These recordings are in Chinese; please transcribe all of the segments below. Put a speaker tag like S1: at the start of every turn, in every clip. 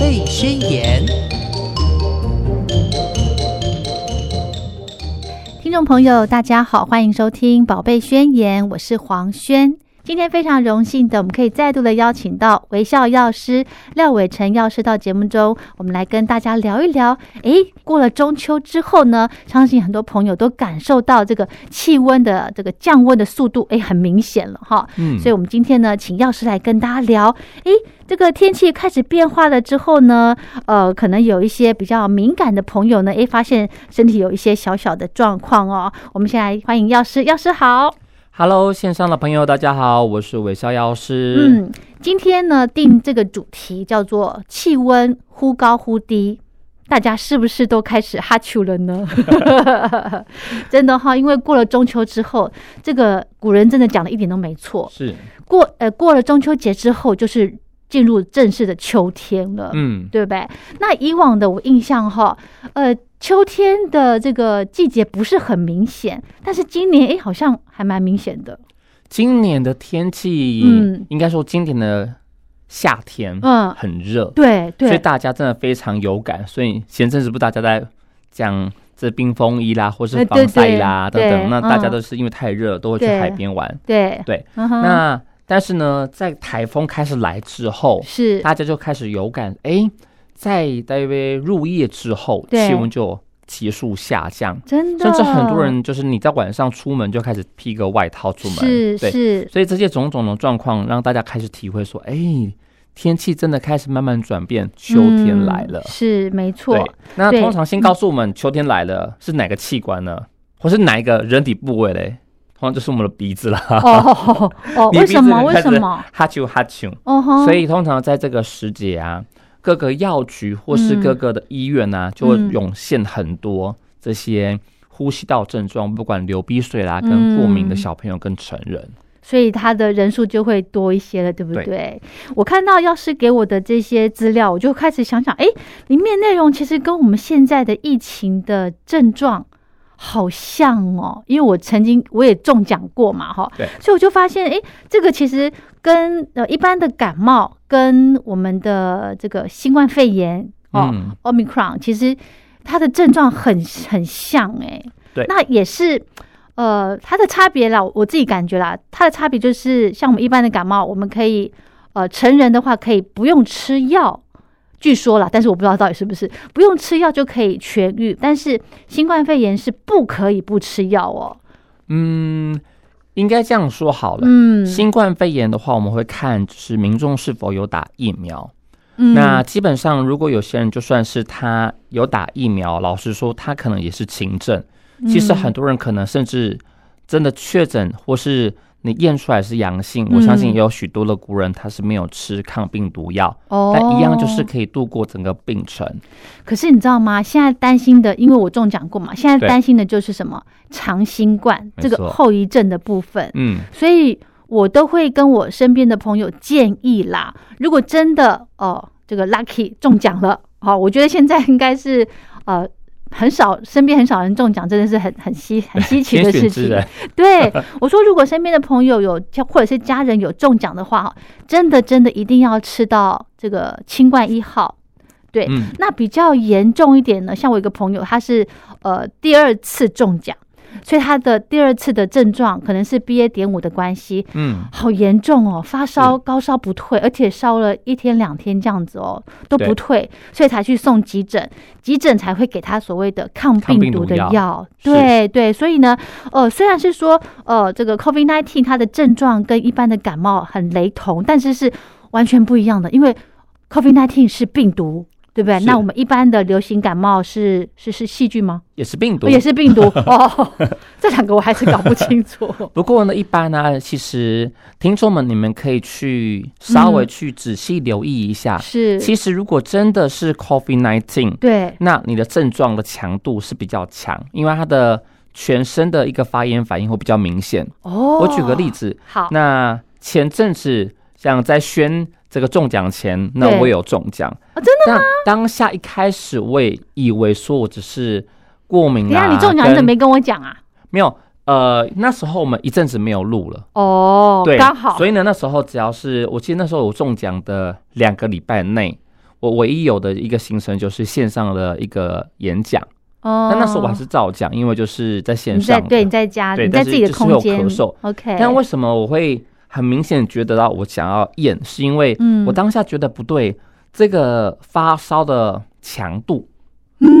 S1: 费宣言》。
S2: 听众朋友，大家好，欢迎收听《宝贝宣言》，我是黄轩。今天非常荣幸的，我们可以再度的邀请到微笑药师廖伟成药师到节目中，我们来跟大家聊一聊。诶，过了中秋之后呢，相信很多朋友都感受到这个气温的这个降温的速度，诶，很明显了哈。
S3: 嗯
S2: 所以，我们今天呢，请药师来跟大家聊，诶，这个天气开始变化了之后呢，呃，可能有一些比较敏感的朋友呢，诶，发现身体有一些小小的状况哦。我们先来欢迎药师，药师好。
S3: Hello，线上的朋友，大家好，我是韦逍药师。
S2: 嗯，今天呢定这个主题叫做气温忽高忽低。大家是不是都开始哈啾了呢？真的哈、因为过了中秋之后，这个古人真的讲的一点都没错。
S3: 是，
S2: 过呃过了中秋节之后，就是进入正式的秋天了。
S3: 嗯，
S2: 对不对？那以往的我印象哈，呃，秋天的这个季节不是很明显，但是今年哎，好像还蛮明显的。
S3: 今年的天气，
S2: 嗯
S3: 应该说今年的夏天，
S2: 嗯
S3: 很热，
S2: 对
S3: 所以
S2: 对，
S3: 大家真的非常有感。所以前阵子不大家在讲这冰风衣啦，或
S2: 呃
S3: 是
S2: 对
S3: 防晒啦
S2: 对对
S3: 等等，那大家
S2: 嗯
S3: 都是因为太热，都会去
S2: 对
S3: 海边玩。
S2: 对
S3: 对，
S2: 嗯哼
S3: 那但是呢，在台风开始来之后，
S2: 是
S3: 大家就开始有感，哎，在大约入夜之后，
S2: 对
S3: 气温就急速下降。
S2: 真的，
S3: 甚至很多人就是你在晚上出门就开始披个外套出门，
S2: 是
S3: 对，
S2: 是，
S3: 所以这些种种的状况让大家开始体会说，哎、天气真的开始慢慢转变，秋天来了。
S2: 嗯是没错
S3: 对，，那
S2: 对
S3: 通常先告诉我们秋天来了是哪个器官呢，或是哪一个人体部位嘞？通常就是我们的鼻子啦。
S2: 哦哦，
S3: 你
S2: 为
S3: 鼻子
S2: 什么？
S3: 开
S2: 为
S3: 始
S2: 什么？
S3: 哈啾哈啾。
S2: 哦吼，
S3: 所以通常在这个时节啊，各个药局或是
S2: 嗯
S3: 各个的医院啊，就会
S2: 嗯
S3: 涌现很多这些呼吸道症状，不管流鼻水啦，
S2: 嗯
S3: 跟过敏的小朋友跟成人。
S2: 所以他的人数就会多一些了，对不对？
S3: 对
S2: 我看到药师给我的这些资料，我就开始想想，哎，里面内容其实跟我们现在的疫情的症状好像哦，因为我曾经我也中奖过嘛，哈，
S3: 对，
S2: 所以我就发现，哎，这个其实跟呃一般的感冒跟我们的这个新冠肺炎哦、
S3: 嗯
S2: omicron 其实它的症状很很像哎、
S3: 对
S2: 那也是呃它的差别啦，我自己感觉啦，它的差别就是像我们一般的感冒，我们可以呃成人的话可以不用吃药。据说啦，但是我不知道到底是不是不用吃药就可以痊愈，但是新冠肺炎是不可以不吃药哦。
S3: 嗯，应该这样说好了。
S2: 嗯，
S3: 新冠肺炎的话，我们会看就是民众是否有打疫苗。
S2: 嗯
S3: 那基本上，如果有些人就算是他有打疫苗，老实说，他可能也是轻症。其实很多人可能甚至真的确诊，或是你验出来是阳性，我相信
S2: 嗯
S3: 也有许多的古人他是没有吃抗病毒药，
S2: 哦，
S3: 但一样就是可以度过整个病程。
S2: 可是你知道吗？现在担心的，因为我中奖过嘛，现在
S3: 对
S2: 担心的就是什么长新冠
S3: 没
S2: 这
S3: 错
S2: 个后遗症的部分，
S3: 嗯，
S2: 所以我都会跟我身边的朋友建议啦，如果真的哦、这个 lucky 中奖了，好、我觉得现在应该是呃。很少，身边很少人中奖，真的是很很 稀很稀奇的
S3: 天
S2: 事
S3: 选之
S2: 情。
S3: 人，
S2: 对，我说如果身边的朋友有或者是家人有中奖的话，哦真的真的一定要吃到这个清冠一号。对，
S3: 嗯
S2: 那比较严重一点呢，像我一个朋友，他是呃第二次中奖，所以他的第二次的症状可能是 B A 点五的关系，
S3: 嗯，
S2: 好严重哦，发烧高烧不退，而且烧了一天两天这样子哦都不
S3: 对
S2: 退，所以才去送急诊，急诊才会给他所谓的抗
S3: 抗
S2: 病
S3: 病
S2: 毒
S3: 毒
S2: 的
S3: 药
S2: 药。
S3: 是
S2: 对对，所以呢，呃，虽然是说呃这个 COVID nineteen 它的症状跟一般的感冒很雷同，但是是完全不一样的，因为 COVID nineteen 是病毒。对不对？
S3: 是
S2: 那我们一般的流行感冒是是是细菌吗？
S3: 也是病毒
S2: 哦。也是病毒哦， 这两个我还是搞不清楚。
S3: 不过呢，一般呢、其实听众们，你们可以去稍微
S2: 嗯
S3: 去仔细留意一下。
S2: 是，
S3: 啊其实，如果真的是 COVID nineteen，
S2: 对，
S3: 那你的症状的强度是比较强，因为它的全身的一个发炎反应会比较明显。
S2: 哦，
S3: 我举个例子，
S2: 好，
S3: 那前阵子像在宣这个中奖前，那
S2: 对
S3: 我有中奖
S2: 哦真的
S3: 吗？但当下一开始我也以为说我只是过敏
S2: 等一
S3: 啦、
S2: 下
S3: 啊，
S2: 你中奖你怎么没跟我讲啊？
S3: 没有？呃，那时候我们一阵子没有录了，
S2: 哦，
S3: 对，
S2: 刚好，
S3: 所
S2: 以
S3: 以呢，那时候只要是我记得那时候我中奖的两个礼拜内，我唯一有的一个行程就是线上的一个演讲，
S2: 哦，
S3: 但那时候我还是照讲，因为就是在线
S2: 你在
S3: 上的。
S2: 对你在家，
S3: 对
S2: 你在
S3: 但
S2: 自
S3: 是
S2: 己的
S3: 就是
S2: 空
S3: 有
S2: 间
S3: 咳嗽
S2: ，OK，
S3: 但为什么我会很明显觉得到我想要验，是因为
S2: 嗯
S3: 我当下觉得不对，这个发烧的强度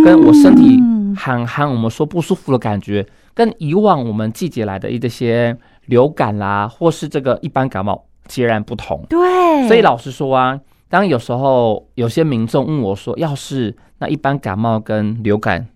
S3: 跟我身体
S2: 嗯
S3: 喊喊我们说不舒服的感觉，跟以往我们季节来的一些流感啦，或是这个一般感冒截然不同。
S2: 对，
S3: 所以老实说啊，当有时候有些民众问我说，要是那一般感冒跟流感，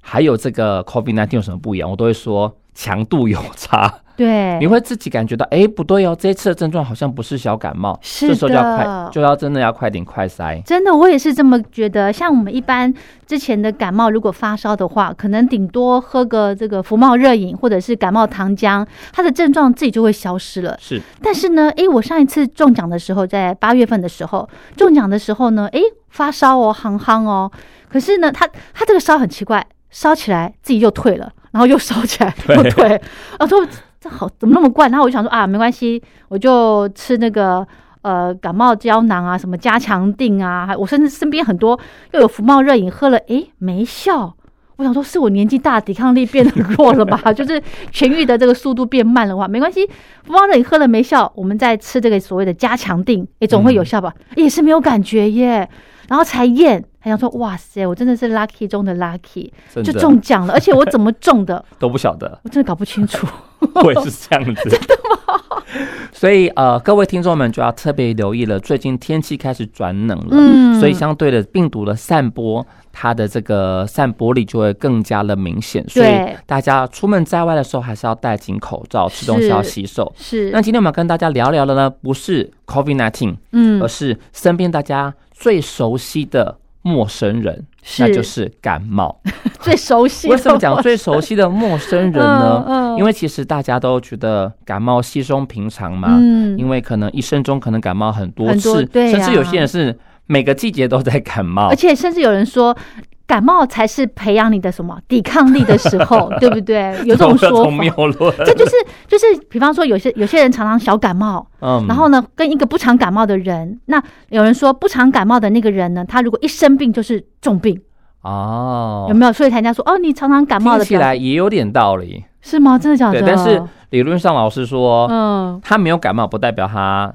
S3: 还有这个 COVID 1 9有什么不一样，我都会说强度有差。
S2: 对
S3: 你会自己感觉到，哎，不对哦，这一次的症状好像不是小感冒，
S2: 是
S3: 这时候就要
S2: 的
S3: 快，就要真的要快点快筛。
S2: 真的，我也是这么觉得。像我们一般之前的感冒，如果发烧的话，可能顶多喝个这个福茂热饮或者是感冒糖浆，它的症状自己就会消失了。
S3: 是
S2: 但是呢，诶，我上一次中奖的时候，在八月份的时候中奖的时候呢，诶，发烧哦，夯夯哦，可是呢，它它这个烧很奇怪，烧起来自己又退了， 然后又烧起来又退，我说这好怎么那么怪？然后我就想说啊，没关系，我就吃那个。呃，感冒胶囊啊，什么加强定啊，还我甚至身边很多又有福茂热饮喝了，诶，没效。我想说，是我年纪大，抵抗力变得弱了吧？ 就是痊愈的这个速度变慢了哇，没关系，福茂热饮喝了没效，我们再吃这个所谓的加强定，诶，总会有效吧？也是没有感觉耶。然后才验，还想说，哇塞，我真的是 lucky 中的 lucky，
S3: 真
S2: 就
S3: 的
S2: 中奖了，而且我怎么中 的，
S3: 都不晓得，
S2: 我真的搞不清楚。
S3: 我也是这样子。真的吗？所以呃，各位听众们就要特别留意了，最近天气开始转冷了，
S2: 嗯
S3: 所以相对的病毒的散播，它的这个散播力就会更加的明显。所以
S2: 对
S3: 大家出门在外的时候还是要戴紧口罩，吃东西
S2: 是
S3: 要洗手。
S2: 是，
S3: 那今天我们要跟大家聊聊的呢，不是 COVID 1 9而
S2: 嗯，
S3: 是身边大家最熟悉的陌生人，
S2: 是
S3: 那就是感冒。
S2: 最熟悉的
S3: 为什么讲最熟悉的陌生人呢？
S2: 嗯嗯
S3: 因为其实大家都觉得感冒稀松平常嘛，
S2: 嗯
S3: 因为可能一生中可能感冒很多
S2: 很
S3: 次，
S2: 多对
S3: 甚至有
S2: 啊
S3: 些人是每个季节都在感冒
S2: 而。且甚至有人说。感冒才是培养你的什么抵抗力的时 候，对不对？有这种说
S3: 谬
S2: 法，
S3: 论，
S2: 这就是就是，比方说有些有些人常常小感冒，
S3: 嗯
S2: 然后呢，跟一个不常感冒的人，那有人说不常感冒的那个人呢，他如果一生病就是重病，
S3: 哦，
S2: 有没有？所以人家说哦，你常常感冒
S3: 听
S2: 的
S3: 起
S2: 表
S3: 来也有点道理，
S2: 是吗？真的假的？
S3: 对。但是哦理论上，老师说、
S2: 嗯，
S3: 他没有感冒，不代表他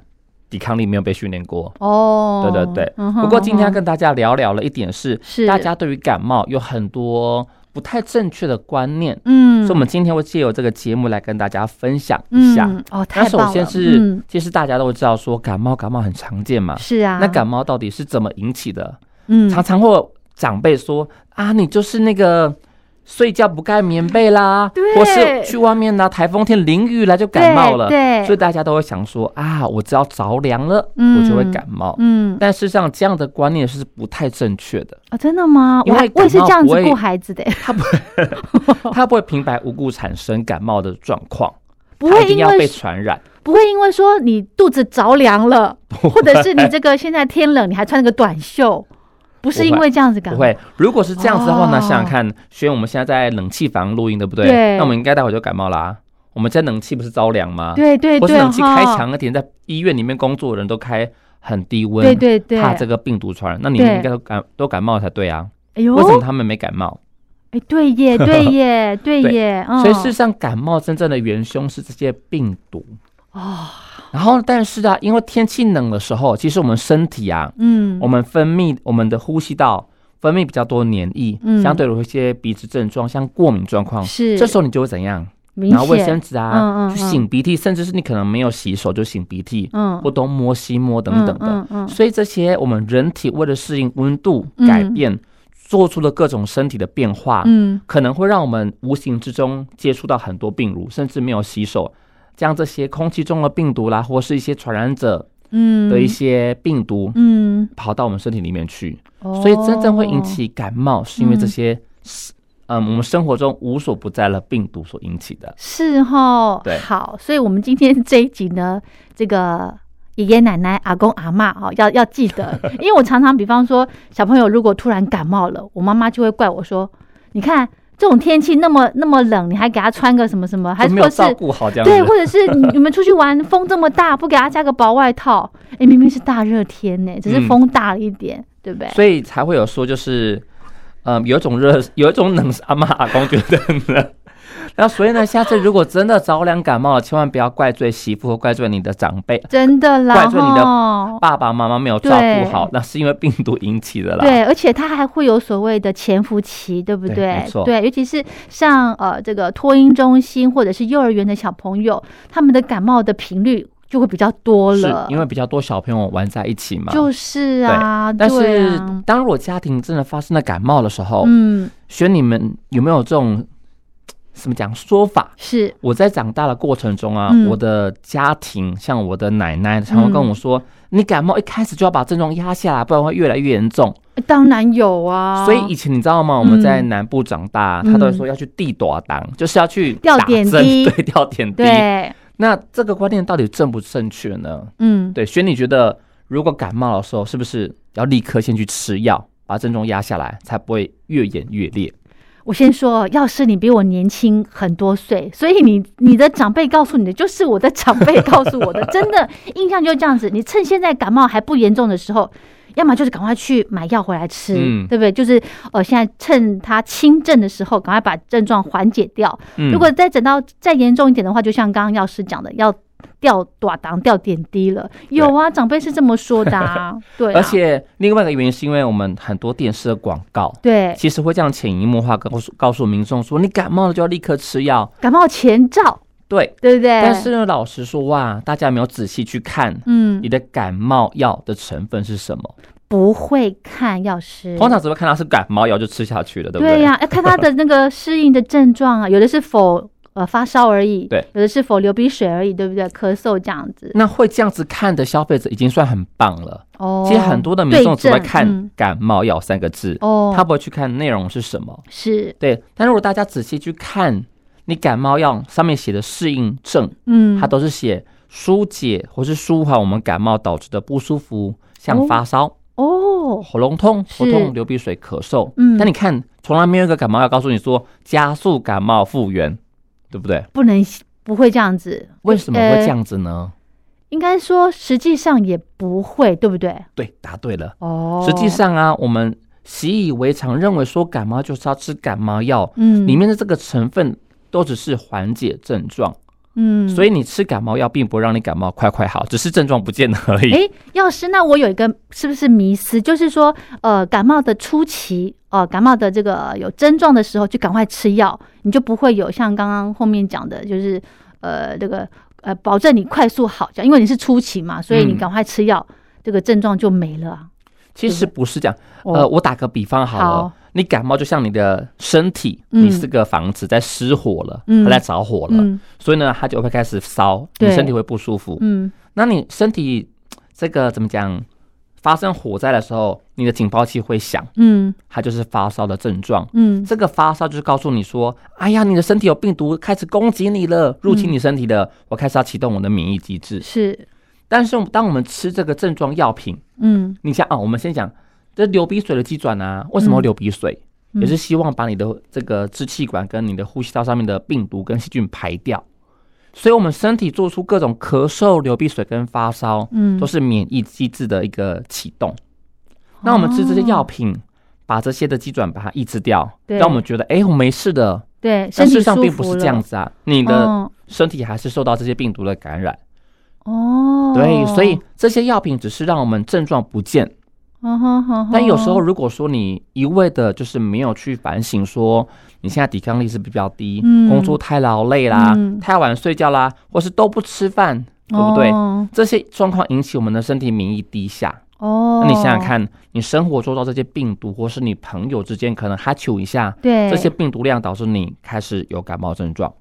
S3: 抵抗力没有被训练过。
S2: 哦，
S3: 对对对。
S2: 嗯哼
S3: 不过今天要
S2: 嗯哼
S3: 跟大家聊聊了一点是，
S2: 是
S3: 大家对于感冒有很多不太正确的观念，
S2: 嗯，
S3: 所以我们今天会借由这个节目来跟大家分享一下。
S2: 嗯、哦，
S3: 那
S2: 太棒
S3: 首
S2: 了，
S3: 先是，
S2: 嗯、
S3: 其实大家都知道说感冒，感冒很常见嘛。
S2: 是啊，
S3: 那感冒到底是怎么引起的？
S2: 嗯
S3: 常常会有长辈说啊，你就是那个睡觉不盖棉被啦，
S2: 对
S3: 或是去外面呢、台风天淋雨啦就感冒了，
S2: 对，对
S3: 所以大家都会想说啊，我只要着凉了，
S2: 嗯
S3: 我就会感冒。
S2: 嗯
S3: 但事实上，这样的观念是不太正确的，
S2: 啊、真的吗？我
S3: 因为
S2: 还我也是
S3: 感
S2: 这
S3: 冒
S2: 样
S3: 不
S2: 子
S3: 会
S2: 顾孩 子的，
S3: 它不会 平白无故产生感冒的状况，
S2: 不
S3: 它
S2: 会
S3: 一定
S2: 因
S3: 要被
S2: 为
S3: 传染。
S2: 不会因为说你肚子着凉 了，或者是你这个现在天冷，你还穿个短袖，不是
S3: 不
S2: 因
S3: 会
S2: 为这样子感
S3: 不
S2: 冒，
S3: 会，如果是这样子的话
S2: 哦
S3: 呢，想想看，学员我们现在在冷气房录音，对不对？
S2: 对
S3: 那我们应该待会就感冒啦、我们在冷气不是着凉吗？
S2: 对对
S3: 或啊是
S2: 对，
S3: 冷气
S2: 哈
S3: 开强一点，在医院里面工作的人都开很低温，
S2: 对对对，
S3: 怕这个病毒传染。那你
S2: 对
S3: 们应该都感都感冒才对啊，
S2: 哎呦，
S3: 为什么他们没感冒？
S2: 哎，对耶，对 耶，对耶，嗯，
S3: 所以事实上，感冒真正的元凶是这些病毒。
S2: 哦，
S3: 然后，但是啊，因为天气冷的时候，其实我们身体啊，
S2: 嗯，
S3: 我们分泌我们的呼吸道分泌比较多黏液，
S2: 嗯
S3: 相对的有一些鼻子症状，像过敏状况，
S2: 是
S3: 这时候你就会怎样？
S2: 明
S3: 拿卫
S2: 显
S3: 生，纸啊，
S2: 嗯嗯
S3: 去擤鼻涕，甚至是你可能没有洗手就擤鼻涕，
S2: 嗯，
S3: 或东摸西摸等等的。
S2: 嗯嗯嗯
S3: 所以这些我们人体为了适应温度
S2: 嗯
S3: 改变，做出了各种身体的变化，
S2: 嗯，
S3: 可能会让我们无形之中接触到很多病毒，甚至没有洗手，将这些空气中的病毒啦，或是一些传染者
S2: 嗯
S3: 的一些病毒
S2: 嗯，
S3: 跑到我们身体里面去。
S2: 哦
S3: 所以真正会引起感冒，是因为这些。嗯，我们生活中无所不在的病毒所引起的。
S2: 是哈，
S3: 对
S2: 好，所以我们今天这一集呢，这个。爷爷奶奶、阿公阿嬷哦，要要记得， 因为我常常，比方说小朋友如果突然感冒了，我妈妈就会怪我说：“你看这种天气那么那么冷，你还给他穿个什么什么，还
S3: 就是没有
S2: 或是
S3: 照顾好这样
S2: 对，
S3: 子。
S2: 或者是你你们出去玩，风这么大，不给他加个薄外套？哎，明明是大热天呢，只是
S3: 嗯
S2: 风大了一点，对不对？
S3: 所以才会有说，就是，呃，有一种热， 有一种冷是阿妈阿公觉得冷。 那所以呢，下次如果真的着凉感冒了，千万不要怪罪媳妇或怪罪你的长辈、
S2: 真的啦，哦
S3: 怪罪你的
S2: 吼
S3: 爸爸妈妈没有照
S2: 对
S3: 顾好，那是因为病毒引起的啦。
S2: 对，而且它还会有所谓的潜伏期，对不
S3: 对
S2: 对
S3: 没？错
S2: 尤其是像呃这个托婴中心或者是幼儿园的小朋友，他们的感冒的频率就会比较多
S3: 是
S2: 了，
S3: 因为比较多小朋友玩在一起嘛。
S2: 就是啊，
S3: 但
S2: 对
S3: 是哦
S2: 啊，
S3: 当如果家庭真的发生了感冒的时候，
S2: 嗯，
S3: 选你们有没有这种怎么讲说法？
S2: 是
S3: 我在长大的过程中啊，
S2: 嗯
S3: 我的家庭像我的奶奶常会跟我
S2: 嗯
S3: 说，你感冒一开始就要把症状压下来，不然会越来越严重。
S2: 当然有啊，
S3: 所以以前你知道吗？我们在南部长大，
S2: 嗯
S3: 他都会说要去地短档，就是要去
S2: 吊
S3: 打
S2: 点
S3: 针
S2: 滴
S3: 对，吊点滴。
S2: 对，
S3: 那这个观念到底正不正确呢？
S2: 嗯，
S3: 对，所以你觉得如果感冒的时候，是不是要立刻先去吃药，把症状压下来，才不会越演越烈？
S2: 我先说，要是你比我年轻很多岁，所以你你的长辈告诉你的就是我的长辈告诉我的，真的印象就这样子。你趁现在感冒还不严重的时候，要么就是赶快去买药回来吃，
S3: 嗯
S2: 对不对？就是呃，现在趁他轻症的时候，赶快把症状缓解掉。
S3: 嗯
S2: 如果再等到再严重一点的话，就像刚刚药师讲的，要吊短档、吊点滴了。有啊，长辈是这么说的 啊，对啊，
S3: 而且另外一个原因是因为我们很多电视的广告。
S2: 对
S3: 其实会这样潜移默化告诉告诉民众说，你感冒了就要立刻吃药。
S2: 感冒前兆，
S3: 对，
S2: 对不对？
S3: 但是呢，老实说哇，大家没有仔细去看
S2: 嗯
S3: 你，的感冒药的成分是什么，
S2: 不会看药师，
S3: 通常只会看它是感冒药就吃下去了，对不
S2: 对呀、要看他的那个适应的症状 啊，有的是否呃发烧而已，
S3: 对，
S2: 有的是否流鼻水而已，对不对？咳嗽这样子，
S3: 那会这样子看的消费者已经算很棒了。
S2: 哦，
S3: 其实很多的民众只会
S2: 对症
S3: 看
S2: 嗯
S3: “感冒药”三个字，
S2: 哦，
S3: 他不会去看内容是什么。
S2: 是
S3: 对，但如果大家仔细去看，你感冒药上面写的适应症，
S2: 嗯，
S3: 它都是写疏解或是舒缓我们感冒导致的不舒服，
S2: 哦
S3: 像发烧、
S2: 哦，
S3: 喉咙痛、
S2: 是
S3: 头痛、流鼻水、咳嗽。
S2: 嗯
S3: 但你看，从来没有一个感冒药告诉你说加速感冒复原，对不对？
S2: 不能不会这样子，
S3: 为什么会
S2: 呃
S3: 这样子呢？
S2: 应该说实际上也不会，对不对？
S3: 对，答对了。
S2: 哦，
S3: 实际，上啊，我们习以为常，认为说感冒就是要吃感冒药，
S2: 嗯，
S3: 里面的这个成分都只是缓解症状，
S2: 嗯，
S3: 所以你吃感冒药并不会让你感冒快快好，只是症状不见了而已。
S2: 哎，药师，那我有一个是不是迷思，就是说，呃，感冒的初期，呃，感冒的这个有症状的时候，就赶快吃药，你就不会有像刚刚后面讲的，就是呃，这个呃，保证你快速好，这样，因为你是初期嘛，所以你
S3: 嗯
S2: 赶快吃药，这个症状就没了啊。
S3: 其实不是这样，
S2: 哦
S3: 呃，我打个比方好了，啊
S2: 好
S3: 你感冒就像你的身体，
S2: 嗯
S3: 你是个房子在失火了，
S2: 嗯
S3: 它在着火了，
S2: 嗯
S3: 所以呢，它就会开始烧，
S2: 对
S3: 你身体会不舒服。
S2: 嗯，
S3: 那你身体这个怎么讲？发生火灾的时候，你的警报器会响，
S2: 嗯
S3: 它就是发烧的症状。
S2: 嗯
S3: 这个发烧就是告诉你说，哎呀，你的身体有病毒开始攻击你了，入侵你身体了，我开始要启动我的免疫机制。
S2: 是，
S3: 但是我们当我们吃这个症状药品，
S2: 嗯
S3: 你想啊，我们先讲这流鼻水的机转啊，为什么会流鼻水？
S2: 嗯
S3: 也是希望把你的这个支气管跟你的呼吸道上面的病毒跟细菌排掉。所以，我们身体做出各种咳嗽、流鼻水跟发烧，
S2: 嗯
S3: 都，是免疫机制的一个启动。那我们吃这些药品，把这些的机转把它抑制掉，
S2: 哦对
S3: 让我们觉得哎、诶我没事的。
S2: 对，身
S3: 但
S2: 体
S3: 事实上
S2: 舒
S3: 并不
S2: 服
S3: 是
S2: 了
S3: 这样子啊，你
S2: 嗯
S3: 的身体还是受到这些病毒的感染。
S2: 哦，
S3: 对，所以这些药品只是让我们症状不见，
S2: 嗯哼，哼哼
S3: 但有时候如果说你一味的就是没有去反省，说你现在抵抗力是比较低，
S2: 嗯
S3: 工作太劳累啦
S2: 嗯，
S3: 太晚睡觉啦，或是都不吃饭，对不对？
S2: 哦
S3: 这些状况引起我们的身体免疫低下，
S2: 哦，
S3: 那你想想，看，你生活周遭这些病毒，或是你朋友之间可能哈啾一下，
S2: 对
S3: 这些病毒量导致你开始有感冒症状。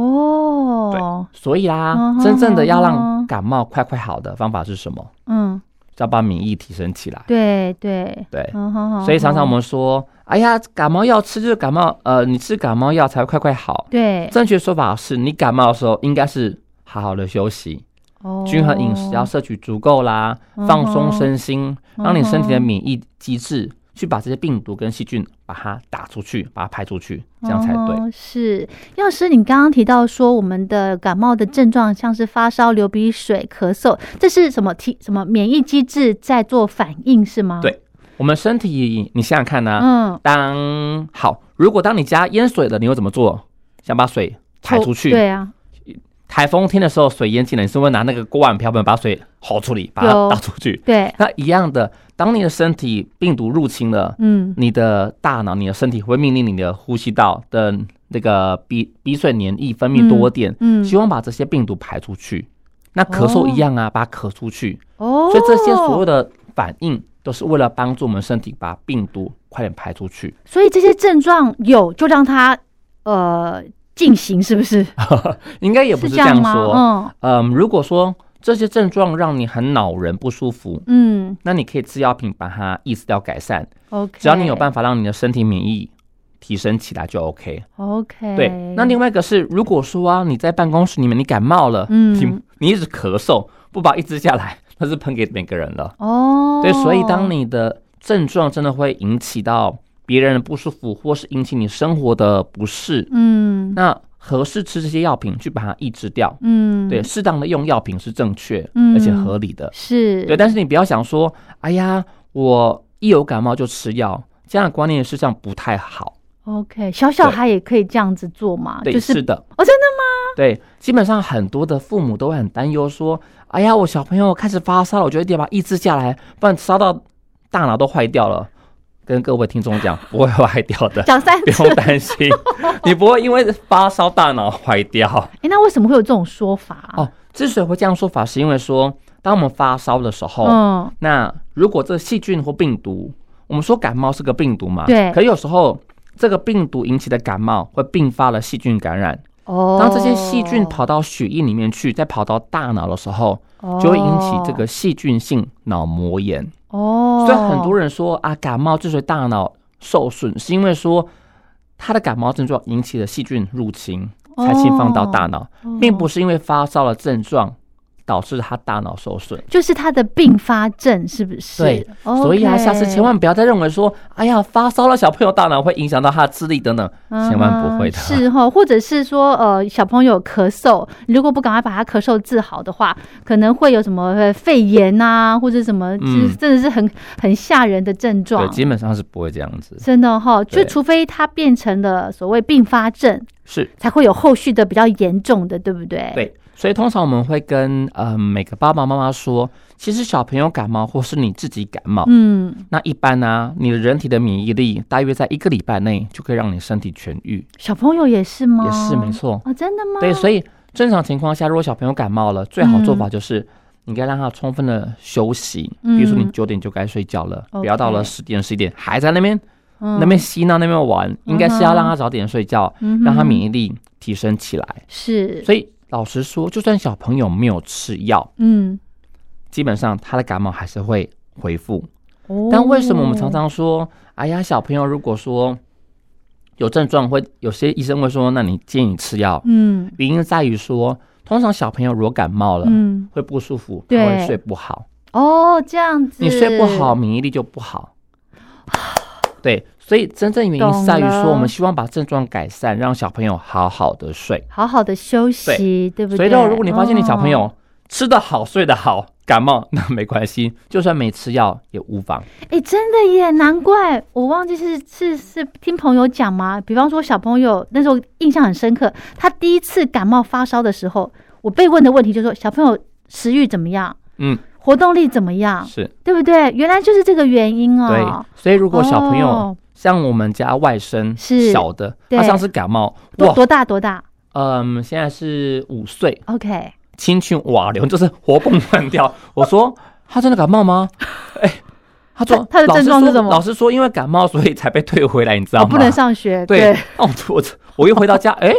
S2: 哦，
S3: 所以啦
S2: 嗯，哼
S3: 真正的
S2: 嗯
S3: 要
S2: 哼
S3: 让感冒快快好的方法是什么？
S2: 嗯，
S3: 要把免疫提升起来。
S2: 对对，
S3: 对，
S2: 嗯哼哼
S3: 所以常常我
S2: 哼
S3: 们说，哎呀，感冒药吃就是感冒，呃，你吃感冒药才会快快好。
S2: 对
S3: 正确说法是你感冒的时候应该是好好的休息，
S2: 哦
S3: 均衡饮食要摄取足够啦，
S2: 嗯哼
S3: 放松身心，让你身体的免疫机制去把这些病毒跟细菌把它打出去，把它排出去，这样才对。
S2: 哦、是药师，你刚刚提到说我们的感冒的症状像是发烧、流鼻水、咳嗽，这是什么体什么免疫机制在做反应是吗？
S3: 对我们身体，你想想看呢、啊
S2: 嗯，
S3: 当好，如果当你家淹水了，你会怎么做？想把水排出去。
S2: 对啊，
S3: 台风天的时候，水淹进来，你是会拿那个锅碗瓢盆把水吼出来，把它
S2: 有
S3: 倒出去。
S2: 对，
S3: 那一样的，当你的身体病毒入侵了，
S2: 嗯，
S3: 你的大脑、你的身体会命令你的呼吸道的那个鼻鼻水黏液分泌多点，
S2: 嗯
S3: 希望把这些病毒排出去。那咳嗽一样啊，把它咳出去。
S2: 哦，
S3: 所以这些所有的反应都是为了帮助我们身体把病毒快点排出去。
S2: 所以这些症状有就让它呃进行，是不是？
S3: 应该也不
S2: 是
S3: 是
S2: 样
S3: 样
S2: 吗？
S3: 说，
S2: 嗯
S3: 嗯，如果说这些症状让你很恼人、不舒服，
S2: 嗯
S3: 那你可以吃药品把它抑制掉、改善。
S2: ，OK，
S3: 只要你有办
S2: 法
S3: 法让你的身体免疫提升起来就 OK。
S2: ，OK，
S3: 对，那另外一个是，如果说啊你在办公室里面你感冒了，
S2: 嗯
S3: 你你一直咳嗽，不把一支下来，那是喷给每个人了。
S2: 哦，
S3: 对，所以当你的症状真的会引起到别人的不舒服，或是引起你生活的不适，
S2: 嗯
S3: 那合适吃这些药品去把它抑制掉。
S2: 嗯
S3: 对，适当的用药品是正确
S2: 嗯
S3: 而且合理的。
S2: 是
S3: 对，但是你不要想说，哎呀，我一有感冒就吃药，这样的观念事实上不太好。
S2: OK，小小
S3: 对
S2: 孩也可以这样子做嘛，
S3: 对，、
S2: 就是是
S3: 的，
S2: 哦，真的，
S3: 对，基本上很多的父母都会很担忧，说，哎呀，我小朋友开始发烧了，我就一定要把它抑制下来，不然烧到大脑都坏掉了。跟各位听众讲，不会坏掉 的
S2: 讲三
S3: 不
S2: 次。
S3: 用担心，你不会因为发烧大脑坏 掉。
S2: 哎、那为什么会有这种说法、
S3: 哦，之所以会这样说法，是因为说，当我们发烧的时候，
S2: 嗯，
S3: 那如果这细菌或病毒，我们说感冒是个病毒嘛，
S2: 对
S3: 可有时候这个病毒引起的感冒会并发了细菌感染，
S2: 哦，
S3: 当这些细菌跑到血液里面去，再跑到大脑的时候，
S2: 哦，
S3: 就会引起这个细菌性脑膜炎。
S2: 哦，
S3: 所以很多人说啊，感冒之所以大脑受损，是因为说他的感冒症状引起了细菌入侵，
S2: 哦
S3: 才侵犯到大脑，
S2: 人
S3: 并不是因为发烧的症状导致他大脑受损。
S2: 就是它的并发症，是不是？
S3: 对
S2: OK，
S3: 所以啊，下次千万不要再认为说，哎呀，发烧了，小朋友大脑会影响到他的智力等等，千万不会的
S2: 嗯哼是哈，或者是说，呃，小朋友咳嗽，如果不赶快把他咳嗽治好的话，可能会有什么呃肺炎啊，或者什么，
S3: 嗯
S2: 就是真的是很很吓人的症
S3: 对，
S2: 状。
S3: 基本上是不会这样子。
S2: 真的哈、就
S3: 对
S2: 除非它变成了所谓并发症，
S3: 是
S2: 才会有后续的比较严重的，对不对？，
S3: 对，所以通常我们会跟呃每个爸爸妈妈说，其实小朋友感冒或是你自己感冒，
S2: 嗯，
S3: 那一般呢、啊你的人体的免疫力大约在一个礼拜内就可以让你身体痊愈，
S2: 小朋友也是吗？
S3: 也是没错。
S2: 哦，真的吗？
S3: 对，所以正常情况下，如果小朋友感冒了，最好做
S2: 嗯
S3: 法就是。你应该让他充分的休息，比如说你
S2: 嗯
S3: 九点就该睡觉了，
S2: OK
S3: 不要到了十点十一点还在那边
S2: 嗯
S3: 那边嬉闹那边玩，应该是要让
S2: 嗯
S3: 他早点睡觉，
S2: 嗯哼
S3: 让他免疫力提升起来。
S2: 嗯是，
S3: 所以老实说，就算小朋友没有吃药，
S2: 嗯，
S3: 基本上他的感冒还是会恢复。
S2: 哦
S3: 但为什么我们常常说，哎呀，小朋友如果说有症状会，有些医生会说，那你建议吃药。
S2: 嗯
S3: 原因在于说，通常小朋友如果感冒了，
S2: 嗯
S3: 会不舒服，他
S2: 对
S3: 会睡不好。
S2: 哦这样子，
S3: 你睡不好，免疫力就不 好。对，所以真正原因在于
S2: 懂了
S3: 说，我们希望把症状改善，让小朋友好好的睡。
S2: 好好的休息，对不对？
S3: 所以，如果你发现你小朋
S2: 哦，
S3: 友吃得好、睡得好，感冒那没关系，就算没吃药也无妨。
S2: 哎、真的耶，难怪我忘记是是是听朋友讲嘛。比方说小朋友那时候印象很深刻，他第一次感冒发烧的时候，我被问的问题就是说小朋友食欲怎么样，
S3: 嗯，
S2: 活动力怎么样，
S3: 是
S2: 对不对？原来就是这个原因
S3: 对
S2: 哦。。
S3: 所以，如果小朋友
S2: 哦
S3: 像我们家外甥
S2: 是
S3: 小的，
S2: 对
S3: 他上次感冒，
S2: 多
S3: 哇，
S2: 多大多大
S3: 嗯，现在是五岁，
S2: ？OK，
S3: 青春瓦流，就是活蹦乱跳。我说 他真的感冒 吗？哎。他说：“
S2: 他他的症状
S3: 老师
S2: 是
S3: 说
S2: 什么
S3: 老师说，因为感冒，所以才被退回来，你知道
S2: 我
S3: 吗？
S2: 不能上学，。
S3: 对，那我我我一回到家，哎、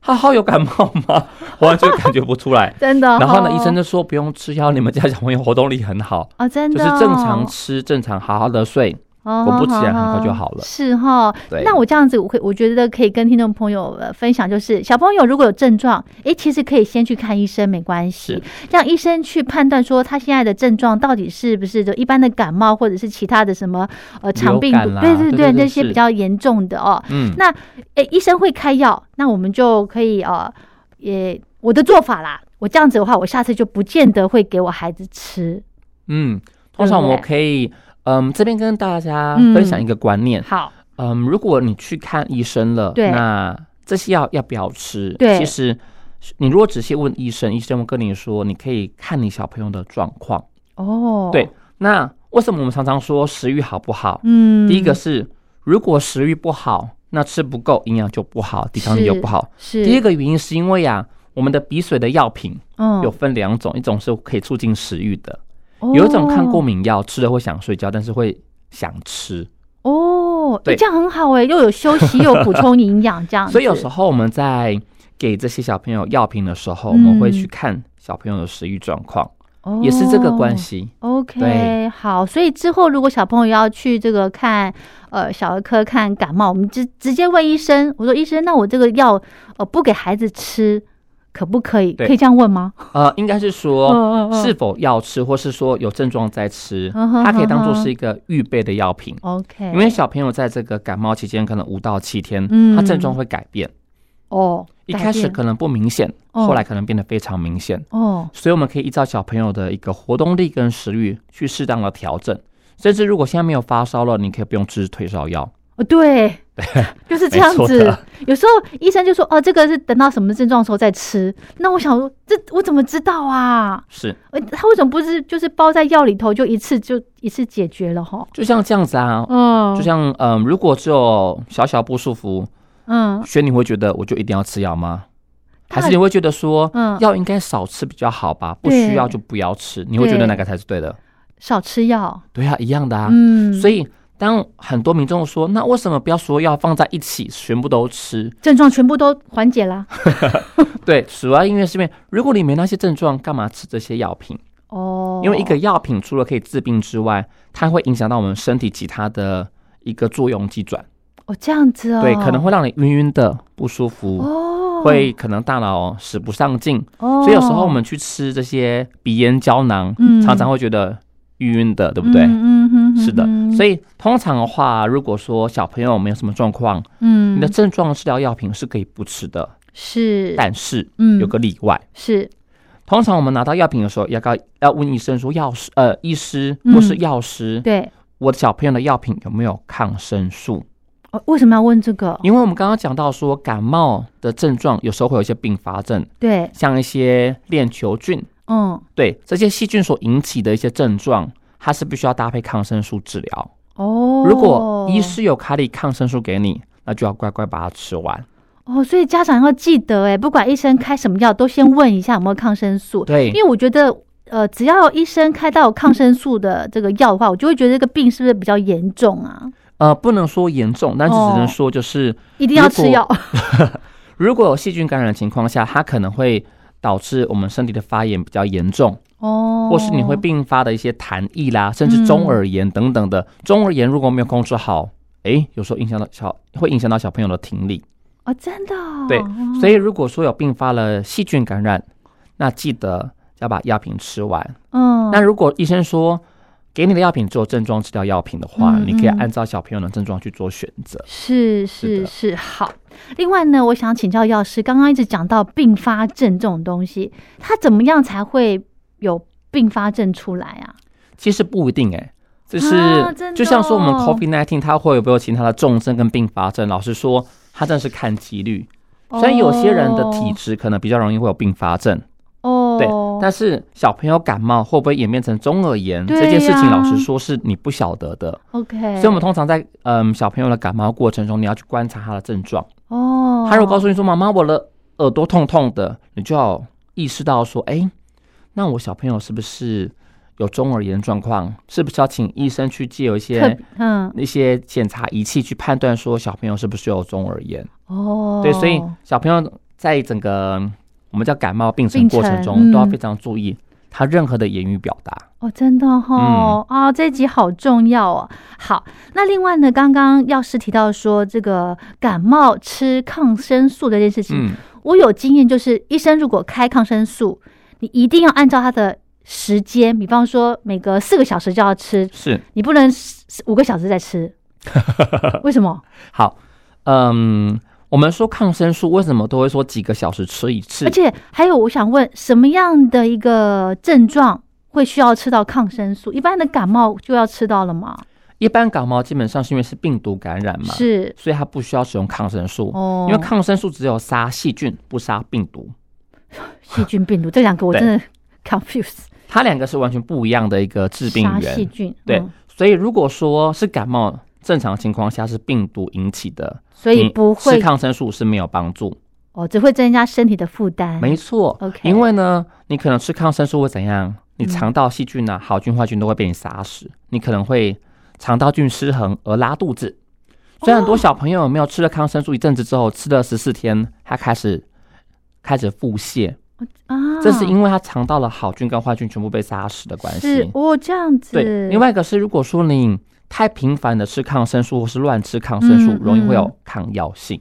S3: 浩浩有感冒吗？ 我完全感觉不出来
S2: 真的哦。
S3: 然后呢，医生就说不用吃药，你们家小朋友活动力很好，
S2: 哦，真
S3: 就是
S2: 的哦
S3: 正常吃，正常好好的睡，
S2: 哦
S3: 果不其然很快就好了
S2: 是哈、
S3: 对
S2: 那我这样子，我可以我觉得可以跟听众朋友呃分享，就是小朋友如果有症状，诶，其实可以先去看医生，没关系
S3: 是，
S2: 让医生去判断说他现在的症状到底是不是就一般的感冒，或者是其他的什么呃肠病毒
S3: 流感，啦
S2: 对对
S3: 对对对
S2: 那些
S3: 是
S2: 比较严重的哦。
S3: 嗯，
S2: 那诶，医生会开药，那我们就可以呃，也我的做法啦，我这样子的话，我下次就不见得会给我孩子吃。
S3: 嗯，通常我
S2: 对
S3: 们
S2: 不对
S3: 可以，嗯，这边跟大家
S2: 嗯
S3: 分享一个观念，
S2: 好，
S3: 嗯，如果你去看医生了，
S2: 对
S3: 那这些药要不要吃？
S2: 对
S3: 其实你如果仔细问医生，医生会跟你说，你可以看你小朋友的状况。
S2: 哦，
S3: 对，，那为什么我们常常说食欲好不好？
S2: 嗯，
S3: 第一个是，如果食欲不好，那吃不够，营养就不好，抵抗力就是不好。
S2: 是
S3: 第一个原因是因为呀、我们的鼻水的药品
S2: 嗯
S3: 有分两种，一种是可以促进食欲的，
S2: 哦
S3: 有一种看过敏药，吃了会想睡觉，但是会想吃。
S2: 哦，哦
S3: 对
S2: 诶这样很好哎，又有休息，又有补充营养，这样子。
S3: 所以有时候我们在给这些小朋友药品的时候，
S2: 嗯
S3: 我们会去看小朋友的食欲状况，
S2: 候
S3: 也是这个关。系。
S2: 哦 OK，
S3: 对
S2: 好，所以之后如果小朋友要去这个看呃小儿科看感冒，我们直直接问医生，我说医生，那我这个药呃不给孩子吃，可不可以？
S3: 对
S2: 可以这样问吗？
S3: 呃，应该是说
S2: 嗯嗯嗯
S3: 是否要吃，或是说有症状再吃，
S2: 嗯哼
S3: 它可以当做
S2: 嗯哼
S3: 是一个预备的药品。
S2: OK，
S3: 因为小朋友在这个感冒期间，可能五到七天，
S2: 嗯
S3: 他症状会改变，
S2: 哦，
S3: 一
S2: 改
S3: 开始
S2: 变
S3: 可能不明显，
S2: 哦
S3: 后来可能变得非常明显。
S2: 哦，
S3: 所以我们可以依照小朋友的一个活动力跟食欲去适当的调整。甚至如果现在没有发烧了，你可以不用吃退烧药。
S2: 哦， 对，就是这样
S3: 没错
S2: 子
S3: 的。
S2: 有时候医生就说：“哦，这个是等到什么症状的时候再吃。”那我想说，这我怎么知道啊？
S3: 是，
S2: 呃，他为什么不是就是包在药里头，就一次就一次解决了哈？
S3: 就像这样子啊，
S2: 嗯，
S3: 就像嗯、如果只有小小不舒服，
S2: 嗯
S3: 轩你会觉得我就一定要吃药吗？
S2: 当然
S3: 还是你会觉得说，
S2: 嗯，
S3: 药应该少吃比较好吧？不
S2: 对
S3: 需要就不要吃，你会觉得哪个才是对的？
S2: 少吃药。
S3: 对啊，一样的啊。
S2: 嗯，
S3: 所以当很多民众说，那为什么不要所有药放在一起，全部都吃？
S2: 症状全部都缓解啦。
S3: 对，主要因为是因为如果你没那些症状，干嘛吃这些药品？
S2: 哦，
S3: 因为一个药品除了可以治病之外，它会影响到我们身体其他的一个作用机转，
S2: 哦这样子哦，
S3: 对，可能会让你晕晕的、不舒服，
S2: 哦
S3: 会可能大脑使不上劲，
S2: 哦，
S3: 所以有时候我们去吃这些鼻炎胶囊，
S2: 嗯
S3: 常常会觉得晕晕的，对不对？
S2: 嗯嗯
S3: 是的，所
S2: 以
S3: 以通常的话，如果说小朋友没有什么状况，
S2: 嗯
S3: 你的症状治疗药品是可以不吃的，
S2: 是
S3: 但是
S2: 嗯
S3: 有个例外。
S2: 是
S3: 通常我们拿到药品的时候，要告要问医生说药师呃医师
S2: 嗯
S3: 或是药师，
S2: 对
S3: 我的小朋友的药品有没有抗生素？
S2: 哦，为什么要问这个？
S3: 因为我们刚刚讲到说感冒的症状有时候会有一些并发症，
S2: 对，
S3: 像一些链球菌，
S2: 嗯。
S3: 对这些细菌所引起的一些症状，它是必须要搭配抗生素治疗。
S2: 哦，
S3: 如果医师有开立抗生素给你，那就要乖乖把它吃完。
S2: 哦，所以家长要记得，哎，不管医生开什么药，都先问一下有没有抗生素，
S3: 对
S2: 因，为我觉得。呃，只要医生开到有抗生素的这个药的话，我就会觉得这个病是不是比较严重啊？
S3: 呃，不能说严重，但是
S2: 哦
S3: 只能说就是，
S2: 一定要吃药。
S3: 如果有细菌感染的情况下，它可能会导致我们身体的发炎比较严重，
S2: 哦，
S3: 或是你会并发的一些痰液啦，甚至中耳炎等等的。中耳炎如果没有控制好，诶，有时候影响到小，会影响到小朋友的听力。
S2: 哦，真的、哦、
S3: 对
S2: 哦
S3: 所以如果说有并发了细菌感染，那记得要把药品吃完。
S2: 嗯，
S3: 那如果医生说给你的药品只有症状治疗药品的话，
S2: 嗯
S3: 你可以
S2: 嗯
S3: 按照小朋友的症状去做选择。
S2: 是
S3: 是
S2: 是
S3: 的
S2: 是好。另外呢，我想请教药师，刚刚一直讲到并发症这种东西，它怎么样才会有并发症出来啊？
S3: 其实不一定哎、就是、
S2: 啊真的
S3: 就像说我们
S2: 哦
S3: COVID nineteen 它会有没有其他的重症跟并发症？老实说，它真的是看几率。虽然有些人的体质可能比较容易会有并发症，
S2: 哦，
S3: 对，但是小朋友感冒会不会演变成中耳炎、
S2: 对
S3: 这件事情，
S2: 呀
S3: 老实说是你不晓得的。
S2: OK，
S3: 所以，我们通常在嗯小朋友的感冒过程中，你要去观察他的症状。
S2: 哦，
S3: 他如果告诉你说：“妈妈，我的耳朵痛痛的”，你就要意识到说：“哎、那我小朋友是不是有中耳炎状况？是不是要请医生去借有一
S2: 特
S3: 些
S2: 嗯
S3: 那些检查仪器去判断说小朋友是不是有中耳炎？”
S2: 哦，
S3: 对，所以小朋友在整个嗯我们叫感冒病程
S2: 病
S3: 过程
S2: 程
S3: 中都要
S2: 嗯
S3: 非常注意他任何的言语表达。
S2: 哦，真的哦，啊、哦，这集好重要哦。好，那另外呢，刚刚药师提到说这个感冒吃抗生素的这件事情，
S3: 嗯，
S2: 我有经验，就是医生如果开抗生素，你一定要按照他的时间，比方说每隔四个小时就要吃，
S3: 是
S2: 你不能五个小时再 吃。为什么？
S3: 好，嗯，我们说抗生素为什么都会说几个小时吃一次
S2: 而？且还有，我想问，什么样的一个症状会需要吃到抗生
S3: 嗯
S2: 素？一般的感冒就要吃到了吗？
S3: 一般感冒基本上是因为是病毒感染嘛，
S2: 是
S3: 所以它不需要使用抗生素，
S2: 哦，
S3: 嗯因为抗生素只有杀细菌，不杀病毒。
S2: 细菌、病毒这两个我
S3: 对
S2: 真的 confuse。
S3: 它两个是完全不一样的一个致病
S2: 杀细
S3: 源。
S2: 菌，
S3: 对
S2: 嗯，
S3: 所以如果说是感冒，正常情况下是病毒引起的，
S2: 所以
S3: 你
S2: 不
S3: 吃
S2: 会
S3: 抗生嗯素是没有帮助。
S2: 哦，只会增加身体的负担。
S3: 没错
S2: OK
S3: 因为呢，你可能吃抗生素会怎样？你
S2: 嗯
S3: 肠道细菌啊，好菌坏菌都会被你杀死，你可能会肠道菌失衡而拉肚子。所以
S2: 哦
S3: 很多小朋友有没有吃了抗生素一阵子之后，吃了十四天，他开始开始腹泻，
S2: 啊，
S3: 这是因为他肠道的好菌跟坏菌全部被杀死的关
S2: 是
S3: 系。
S2: 哦这样子。
S3: 对，另外一个是，如果说你太频繁的吃抗生素或是乱吃抗生素，
S2: 嗯
S3: 容易会
S2: 嗯
S3: 有抗药性。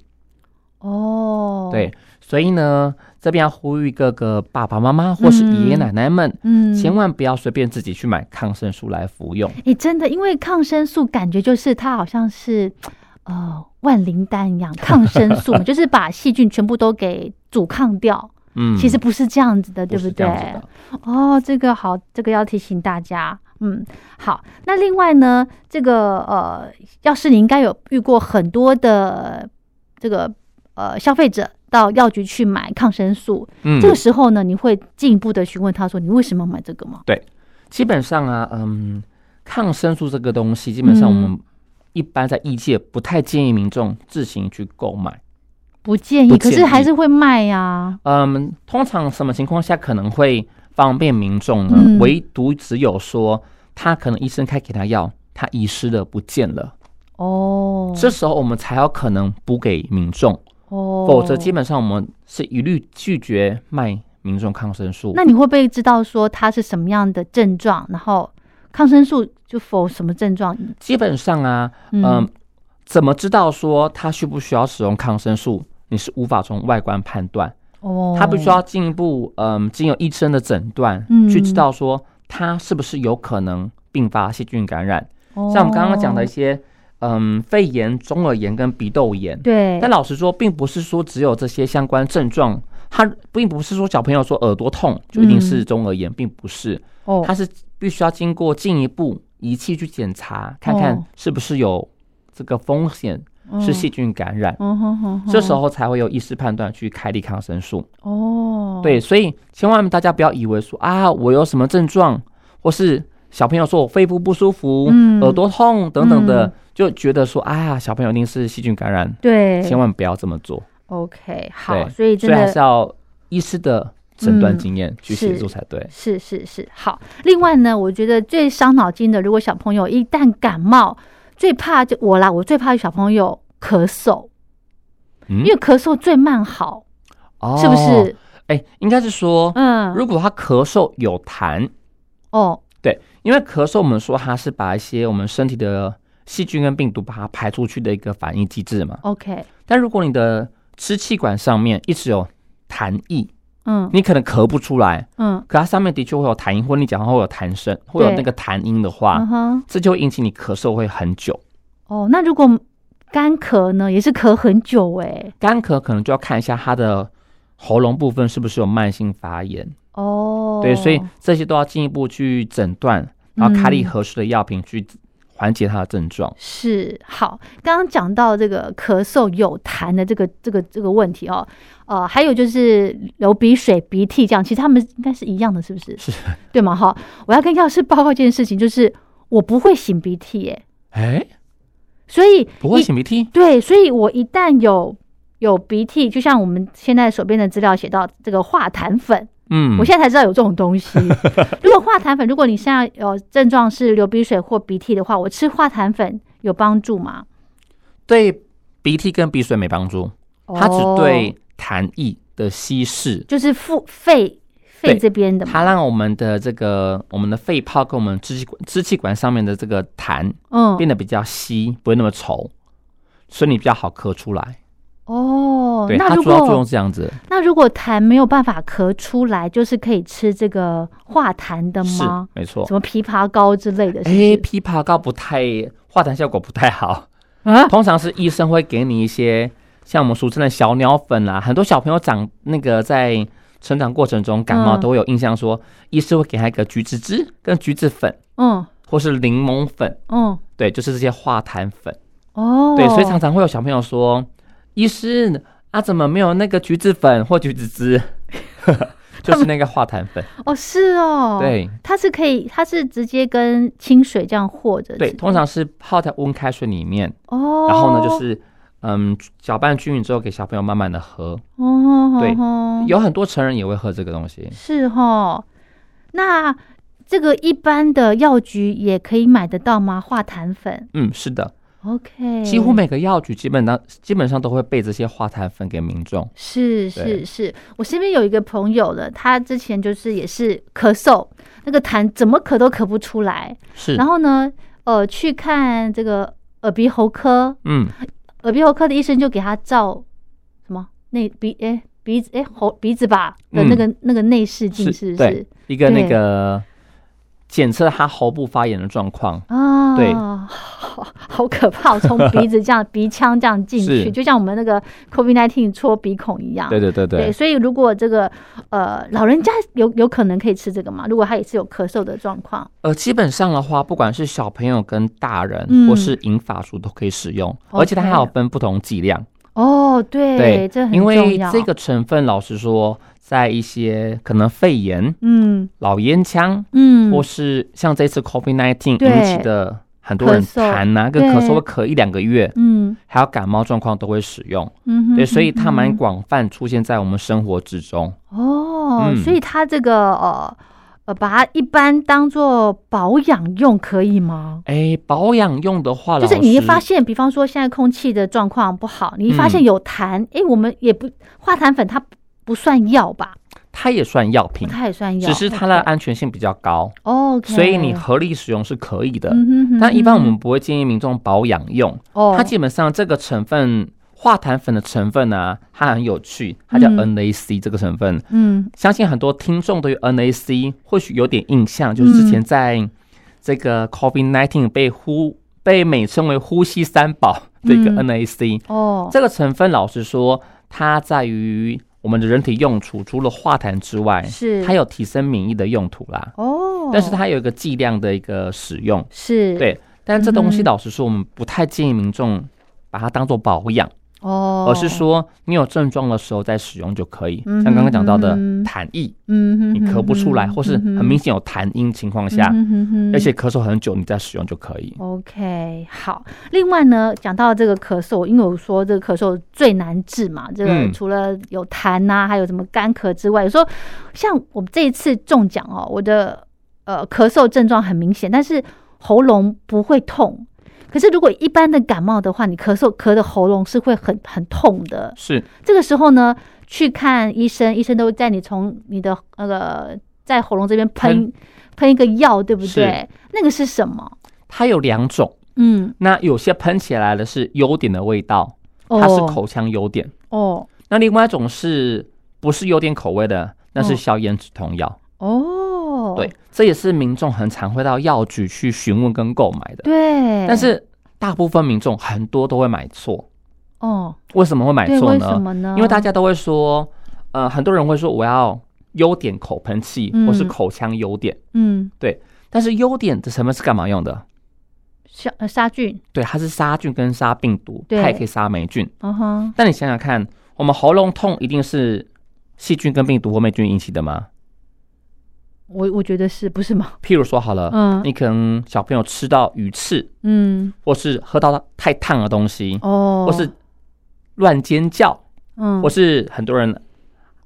S2: 哦，，
S3: 对，所以呢，这边要呼吁各个爸爸妈妈或是爷爷奶奶们，
S2: 嗯，
S3: 千万不要随便自己去买抗生素来服用。
S2: 诶，真的，因为抗生素感觉就是它好像是呃万灵丹一样，抗生素 嘛，就是把细菌全部都给阻抗掉。
S3: 嗯，
S2: 其实不是这样子的，对
S3: 不
S2: 不
S3: 是这
S2: 对？
S3: 样子的。
S2: 哦，这个好，这个要提醒大家。嗯，好。那另外呢，这个呃，药师你应该有遇过很多的这个呃消费者到药局去买抗生素，
S3: 嗯
S2: 这，个时候呢，你会进一步的询问他说你为什么买这个吗？
S3: 基本上啊，嗯，抗生素这个东西，基本上我们一般在医界不太建议民众自行去购买。
S2: 不建议，
S3: 不
S2: 可是
S3: 建
S2: 还
S3: 议
S2: 是会卖呀、
S3: 嗯，通常什么情况下可能会方便民众呢？
S2: 嗯
S3: 唯独只有说他可能医生开给他药，他遗失了不见了，
S2: 哦，
S3: 这时候我们才有可能补给民众。
S2: 哦，
S3: 否则基本上我们是一律拒绝卖民众抗生素。
S2: 那你会不会知道说它是什么样的症状？然后抗生素就否什么症状？
S3: 基本上啊，
S2: 嗯，
S3: 嗯，怎么知道说他需不需要使用抗生素？你是无法从外观判断，
S2: 哦，
S3: 他必须要进一步，嗯，经由医生的诊断
S2: 嗯，
S3: 去知道说他是不是有可能并发细菌感染，
S2: 哦
S3: 像我们刚刚讲的一些，嗯，肺炎、中耳炎跟鼻窦炎。
S2: 对
S3: 但老实说，并不是说只有这些相关症状，它并不是说小朋友说耳朵痛就一定
S2: 嗯
S3: 是中耳炎，并不是，
S2: 哦
S3: 它是必须要经过进一步仪器去检查，看
S2: 哦
S3: 看是不是有这个风险是细菌感染，
S2: 嗯哼哼哼
S3: 这时候才会有医师判断去开立抗生素。
S2: 哦，
S3: 对，所以千万大家不要以为说啊，我有什么症状，或是小朋友说我肺部不舒服、
S2: 嗯
S3: 耳朵痛等等的，
S2: 嗯
S3: 就觉得说啊，小朋友一定是细菌感染，
S2: 对，
S3: 千万不要这么做。
S2: OK 好，
S3: 对，
S2: 所以真
S3: 所以还
S2: 的
S3: 是要医师的诊断
S2: 嗯
S3: 经验去
S2: 是
S3: 协助才对。
S2: 是是是好。另外呢，我觉得最伤脑筋的，如果小朋友一旦感冒，最怕就我啦，我最怕小朋友咳嗽，
S3: 嗯
S2: 因为咳嗽最慢好，
S3: 哦
S2: 是不？是？
S3: 哎，应该是说，
S2: 嗯，
S3: 如果他咳嗽有痰，
S2: 哦，
S3: 因为咳嗽我们说它是把一些我们身体的细菌跟病毒把它排出去的一个反应机制嘛。
S2: OK，
S3: 但如果你的支气管上面一直有痰液，
S2: 嗯
S3: 你可能咳不出来，
S2: 嗯，
S3: 可它上面的确会有痰音，或你讲话会有痰声，会有那个痰音的话
S2: 嗯，哼，
S3: 这就会引起你咳嗽会很久。
S2: 哦，那如果干咳呢，也是咳很久哎、
S3: 干咳可能就要看一下他的喉咙部分是不是有慢性发炎，
S2: 哦，
S3: 对，所以这些都要进一步去诊断，然后开立
S2: 嗯
S3: 合适的药品去缓解他的症状。
S2: 是好，刚刚讲到这个咳嗽有痰的这个这个这个问题哦，呃，还有就是流鼻水、鼻涕这样，其实他们应该是一样的，是不是？
S3: 是，
S2: 对吗？哈，我要跟药师报告一件事情，就是我不会擤鼻涕耶，
S3: 哎，
S2: 所以
S3: 不会
S2: 一
S3: 擤鼻涕，
S2: 对，所以我一旦有有鼻涕，就像我们现在手边的资料写到这个化痰粉，
S3: 嗯
S2: 我，现在才知道有这种东 西。如果化痰粉，如果你现在有症状是流鼻水或鼻涕的话，我吃化痰粉有帮助吗？
S3: 对鼻涕跟鼻水没帮助，它只
S2: 哦
S3: 对痰液的稀释，
S2: 就是腹肺肺这边的嘛，
S3: 它让我们的这个我们的肺泡跟我们支气管支气管上面的这个痰
S2: 嗯，
S3: 变得比较稀，不会那么稠，所以你比较好咳出来。
S2: 哦，
S3: 对，
S2: 那
S3: 它
S2: 如
S3: 主要作用
S2: 果
S3: 是这样子，
S2: 那如果痰没有办法咳出来，就是可以吃这个化痰的
S3: 是
S2: 吗？
S3: 没错
S2: 什。么枇杷膏之类的，是
S3: 哎，
S2: 不
S3: 枇杷膏不太化痰效果不太好，
S2: 是？啊，
S3: 通常是医生会给你一些像我们俗称的小鸟粉啦、很多小朋友长那个在成长过程中感冒
S2: 嗯
S3: 都会有印象说，医师会给他一个橘子汁跟橘子粉
S2: 嗯
S3: 或是柠檬粉，
S2: 嗯，
S3: 对，就是这些化痰粉。
S2: 哦，
S3: 对，所以常常会有小朋友说：“医师啊，怎么没有那个橘子粉或橘子汁？” 就是那个化痰粉，
S2: 哦是 哦，，
S3: 对
S2: 它是可以，它是直接跟清水这样和着吃，
S3: 对，通常是泡在温开水里面，
S2: 哦，
S3: 然后呢就是嗯搅拌均匀之后给小朋友慢慢的喝。
S2: 哦，
S3: 对
S2: 哦
S3: 有很多成人也会喝这个东西，
S2: 是哦，那这个一般的药局也可以买得到吗？化痰粉
S3: 嗯，是的，
S2: ，OK，
S3: 几乎每个药局基本上基本上都会备这些化痰粉给民众。
S2: 是
S3: 对
S2: 是是，我身边有一个朋友了，他之前就是也是咳嗽，那个痰怎么咳都咳不出来，
S3: 是
S2: 然，后呢，呃，去看这个耳鼻喉科，
S3: 嗯，
S2: 耳鼻喉科的医生就给他照什么那鼻哎、鼻子哎、喉鼻子吧的那个、那个内视镜
S3: 嗯是
S2: 是不
S3: 对
S2: 是？
S3: 一个那
S2: 对
S3: 个检测他喉部发炎的状况。
S2: 啊，
S3: 对
S2: 好 好可怕，我从鼻子这样鼻腔这样进去，
S3: 是
S2: 就像我们那个 COVID nineteen 戳鼻孔一样。
S3: 对对对
S2: 啊对，
S3: 对，
S2: 所以如果这个呃老人家有有可能可以吃这个嘛？如果他也是有咳嗽的状况，
S3: 呃，基本上的话，不管是小朋友跟大人，
S2: 嗯
S3: 或是银发族都可以使用，
S2: OK
S3: 而且它还有分不同剂量。
S2: 哦，对，
S3: 对
S2: 这很
S3: 因
S2: 重要。
S3: 为这个成分，老实说，在一些可能肺炎、
S2: 嗯
S3: 老烟枪，
S2: 嗯，
S3: 或是像这次 COVID-19
S2: 对
S3: 引起的很多人
S2: 咳嗽
S3: 痰啊，跟
S2: 对
S3: 咳嗽会咳一两个月，
S2: 嗯
S3: 还有感冒状况都会使用。
S2: 嗯哼，
S3: 对，所以它蛮
S2: 嗯哼
S3: 广泛出现在我们生活之中。
S2: 哦，
S3: 嗯
S2: 所以它这个呃呃，把它一般当做保养用可以吗？
S3: 哎，保养用的话，
S2: 就是
S3: 老
S2: 你一
S3: 师
S2: 发现，比方说现在空气的状况不好，你一发现
S3: 嗯
S2: 有痰，诶，我们也不化痰粉它不算药吧？
S3: 它也算药品，
S2: 它也算药，
S3: 嗯只是它的安全性比较高。
S2: OK，
S3: 所以你合理使用是可以的。
S2: 嗯哼哼
S3: 但一般我们
S2: 哼
S3: 不会建议民众保养用，
S2: 哦，
S3: 它基本上这个成分化痰粉的成分呢、它很有趣，它叫
S2: 嗯
S3: NAC 这个成分，
S2: 嗯
S3: 相信很多听众对于 NAC 或许有点印象，就是之前
S2: 嗯
S3: 在这个 COVID-19 被呼被美称为呼吸三宝的一个
S2: 嗯
S3: NAC，、
S2: 哦，
S3: 这个成分老实说，它在于我们的人体用处，除了化痰之外，
S2: 是
S3: 它有提升免疫的用途啦。
S2: 哦，
S3: 但是它有一个剂量的一个使用，
S2: 是
S3: 对。但这东西
S2: 嗯哼
S3: 老实说，我们不太建议民众把它当做保养，
S2: 哦，
S3: 而是说你有症状的时候再使用就可以。
S2: 嗯哼
S3: 像刚刚讲到的
S2: 嗯哼
S3: 痰意，
S2: 嗯哼
S3: 你咳不出来，
S2: 哼
S3: 或是很明显有痰音情况下，
S2: 嗯哼哼嗯
S3: 而且咳嗽很久，你再使用就可以。
S2: OK，好。另外呢，讲到这个咳嗽，因为我说这个咳嗽最难治嘛，这个
S3: 嗯
S2: 除了有痰呐、还有什么干咳之外，有时候像我们这一次中奖哦，我的呃咳嗽症状很明显，但是喉咙不会痛。可是如果一般的感冒的话，你咳嗽咳的喉咙是会很很痛的。
S3: 是，
S2: 这个时候呢，去看医生，医生都会在你从你的那个、在喉咙这边喷喷一个药，对不
S3: 是
S2: 对？那个是什么？
S3: 它有两种。
S2: 嗯，
S3: 那有些喷起来的是优点的味道，
S2: 哦
S3: 它是口腔优点。
S2: 哦
S3: 那另外一种是不是优点口味的？那是
S2: 哦
S3: 消炎止痛药。
S2: 哦，
S3: 对，这也是民众很常会到药局去询问跟购买的。
S2: 对，
S3: 但是大部分民众很多都会买错，
S2: 哦，
S3: 为什么会买
S2: 对，
S3: 错
S2: 为什
S3: 呢？
S2: 么呢？
S3: 因为大家都会说，呃，很多人会说我要优点口喷器
S2: 嗯
S3: 或是口腔优点，
S2: 嗯，
S3: 但是优点的成分是干嘛用的？
S2: 杀呃杀菌，
S3: 对，它是杀菌跟杀病毒，它
S2: 对
S3: 也可以杀霉菌。
S2: 嗯哼，
S3: 但你想想看，我们喉咙痛一定是细菌跟病毒或霉菌引起的吗？
S2: 我我觉得是不是嘛？
S3: 譬如说好了，
S2: 嗯
S3: 呃你可能小朋友吃到鱼翅，
S2: 嗯，
S3: 或是喝到太烫的东西，
S2: 哦，
S3: 或是乱尖叫，
S2: 嗯，
S3: 或是很多人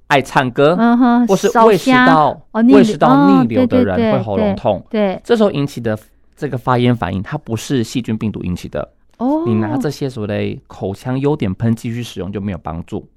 S3: 爱唱歌，
S2: 嗯哼，
S3: 或是
S2: 烧
S3: 胃食
S2: 虾，
S3: 道、
S2: 哦逆
S3: 胃食道
S2: 哦
S3: 逆流的
S2: 对对
S3: 人
S2: 对
S3: 会喉咙痛，
S2: 对，
S3: 这时候引起的这个发炎反应，它不是细菌病毒引起的。
S2: 哦，
S3: 你拿这些所谓的口腔优点喷剂去使用就没有帮助。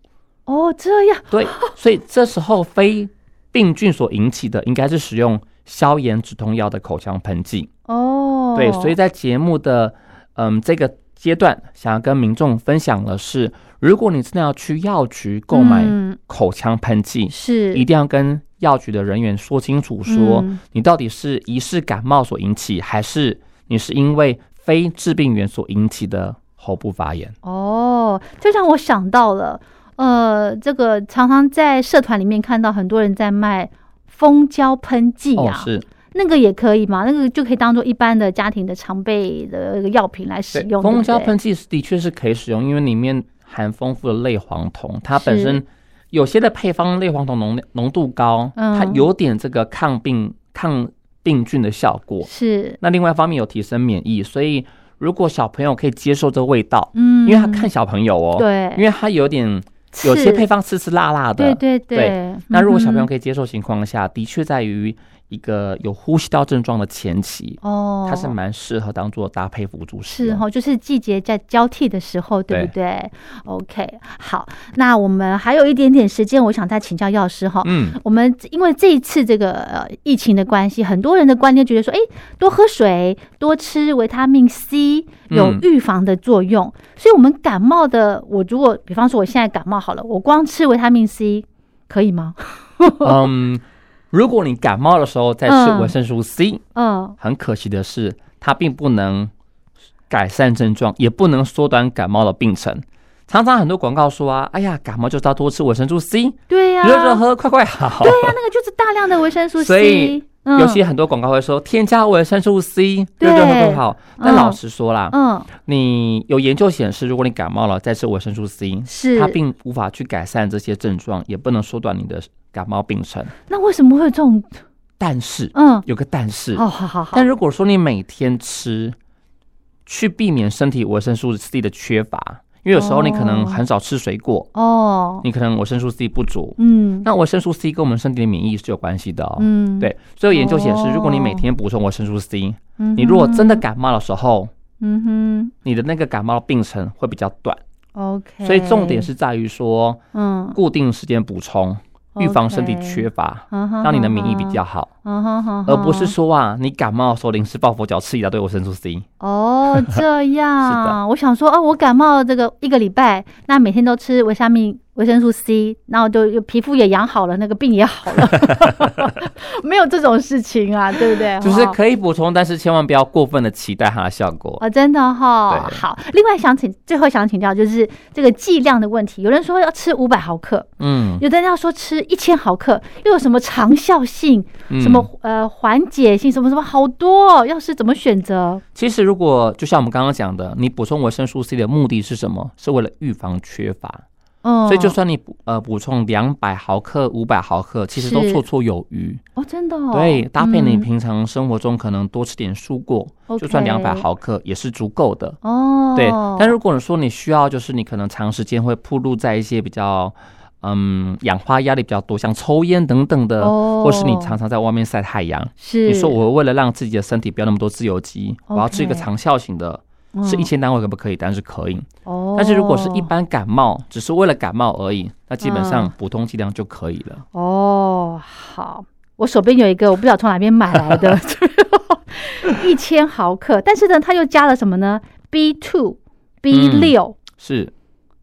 S2: 哦这样，
S3: 对，所以这时候非病菌所引起的，应该是使用消炎止痛药的口腔喷剂。
S2: 哦，
S3: 对，所以在节目的嗯这个阶段，想要跟民众分享的是，如果你真的要去药局购买
S2: 嗯
S3: 口腔喷剂，
S2: 是
S3: 一定要跟药局的人员说清楚说，
S2: 嗯
S3: 你到底是疑似感冒所引起，还是你是因为非致病源所引起的喉部发炎？
S2: 哦，这让我想到了，呃，这个常常在社团里面看到很多人在卖蜂胶喷剂
S3: 哦，
S2: 啊，
S3: 是
S2: 那个也可以嘛，那个就可以当做一般的家庭的常备的药品来使
S3: 对
S2: 用。对
S3: 蜂
S2: 不
S3: 胶
S2: 对
S3: 喷剂是的确是可以使用，因为里面含丰富的类黄酮，它本
S2: 是
S3: 身有些的配方类黄酮浓浓度高，
S2: 嗯
S3: 它有点这个抗病抗病菌的效果。
S2: 是，
S3: 那另外一方面有提升免疫，所以如果小朋友可以接受这个味道，
S2: 嗯，
S3: 因为他看小朋友哦，
S2: 对，
S3: 因为它有点有些
S2: 是
S3: 配方吃吃辣辣的，
S2: 对对对嗯
S3: 对。那如果小朋友
S2: 以
S3: 可以接受情况下，的确在于一个有呼吸道症状的前期，
S2: 哦，
S3: 它是蛮适合当做搭配辅助使
S2: 是哦
S3: 用。
S2: 哈、就是季节在交替的时候，对不对 o k 好，那我们还有一点点时间，我想再请教药师哈、
S3: 嗯，
S2: 我们因为这一次这个呃疫情的关系，很多人的观念觉得说，哎，多喝水、多吃维他命 C 有
S3: 嗯
S2: 预防的作用，所以我们感冒的，我如果比方说我现在感冒好了，我光吃维他命 C 可以 吗？
S3: 嗯，如果你感冒的时候再
S2: 嗯
S3: 吃维生素 C，、
S2: 嗯，
S3: 很可惜的是，它并不能改善症状，也不能缩短感冒的病程。常常很多广告说啊，哎呀，感冒就是要多吃维生素 C，热
S2: 对呀、
S3: 热喝快快好。
S2: 对呀、啊那个就是大量的维生素 C，
S3: 所以
S2: 嗯
S3: 尤其很多广告会说添加维生素 C，
S2: 对
S3: 热热喝快快好。但
S2: 嗯
S3: 老实说啦，
S2: 嗯
S3: 你有研究显示，如果你感冒了再吃维生素 C，
S2: 是
S3: 它并无法去改善这些症状，也不能缩短你的感冒病程。
S2: 那为什么会有这种
S3: 但是
S2: 嗯？
S3: 有个但是，
S2: 好好好好，
S3: 但如果说你每天吃，去避免身体维生素 C 的缺乏，因为有时候你可能
S2: 哦
S3: 很少吃水果，
S2: 哦，
S3: 你可能维生素 C 不足。
S2: 嗯
S3: 那维生素 C 跟我们身体的免疫是有关系的哦。
S2: 嗯，
S3: 对，所以有研究显示，如果你每
S2: 哦
S3: 天补充维生素 C，、
S2: 嗯哼，
S3: 你如果真的感冒的时候，
S2: 嗯
S3: 你的那个感冒病程会比较短。
S2: 哼，OK，
S3: 所以重点是在于说，
S2: 嗯，
S3: 固定时间补充，预防身体缺乏，
S2: 让
S3: 让你的免疫比较好，
S2: 嗯
S3: 而
S2: 而
S3: 不是说啊，你感冒的时候临时抱佛脚吃一大堆维生素 C。
S2: 哦这 样。我想说哦，我感冒这个一个礼拜，那每天都吃维他命、维生素 C，然后就皮肤也养好了，那个病也好了， 没有这种事情啊，对不对？
S3: 就是
S2: 哈
S3: 可以补充，但是千万不要过分的期待它的效果。
S2: 哦，真的哈、
S3: 对
S2: 好，另外想请最后想请教就是这个剂量的问题，有人说要吃五百毫克，
S3: 嗯，
S2: 有的人要说吃一千毫克，又有什么长效性、
S3: 嗯
S2: 什么呃缓解性、什么什么好多、哦，要是怎么选择？
S3: 其实如果就像我们刚刚讲的，你补充维生素 C 的目的是什么？是为了预防缺乏。
S2: 嗯，
S3: 所以就算你补呃补充两百毫克、五百毫克，其实都
S2: 是
S3: 绰绰有余。
S2: 哦，真的、哦、
S3: 对，搭配你
S2: 嗯
S3: 平常生活中可能多吃点蔬果，就算
S2: 哦 OK
S3: 两百毫克也是足够的。
S2: 哦，
S3: 对，但如果你说你需要，就是你可能长时间会暴露在一些比较，嗯，氧化压力比较多，像抽烟等等的，
S2: 哦
S3: 呃或是你常常在外面晒太阳，
S2: 是
S3: 你说我为了让自己的身体不要那么多自由基，我要吃一个
S2: OK
S3: 长效型的，吃
S2: 嗯
S3: 一千单位可不可以？当然是可以。
S2: 哦，
S3: 但是如果是一般感冒，只是为了感冒而已，那基本上
S2: 嗯
S3: 普通剂量就可以了。
S2: 哦，好，我手边有一个，我不知道从哪边买来的， 一千毫克，但是呢，它又加了什么呢？B two、B 六、
S3: 是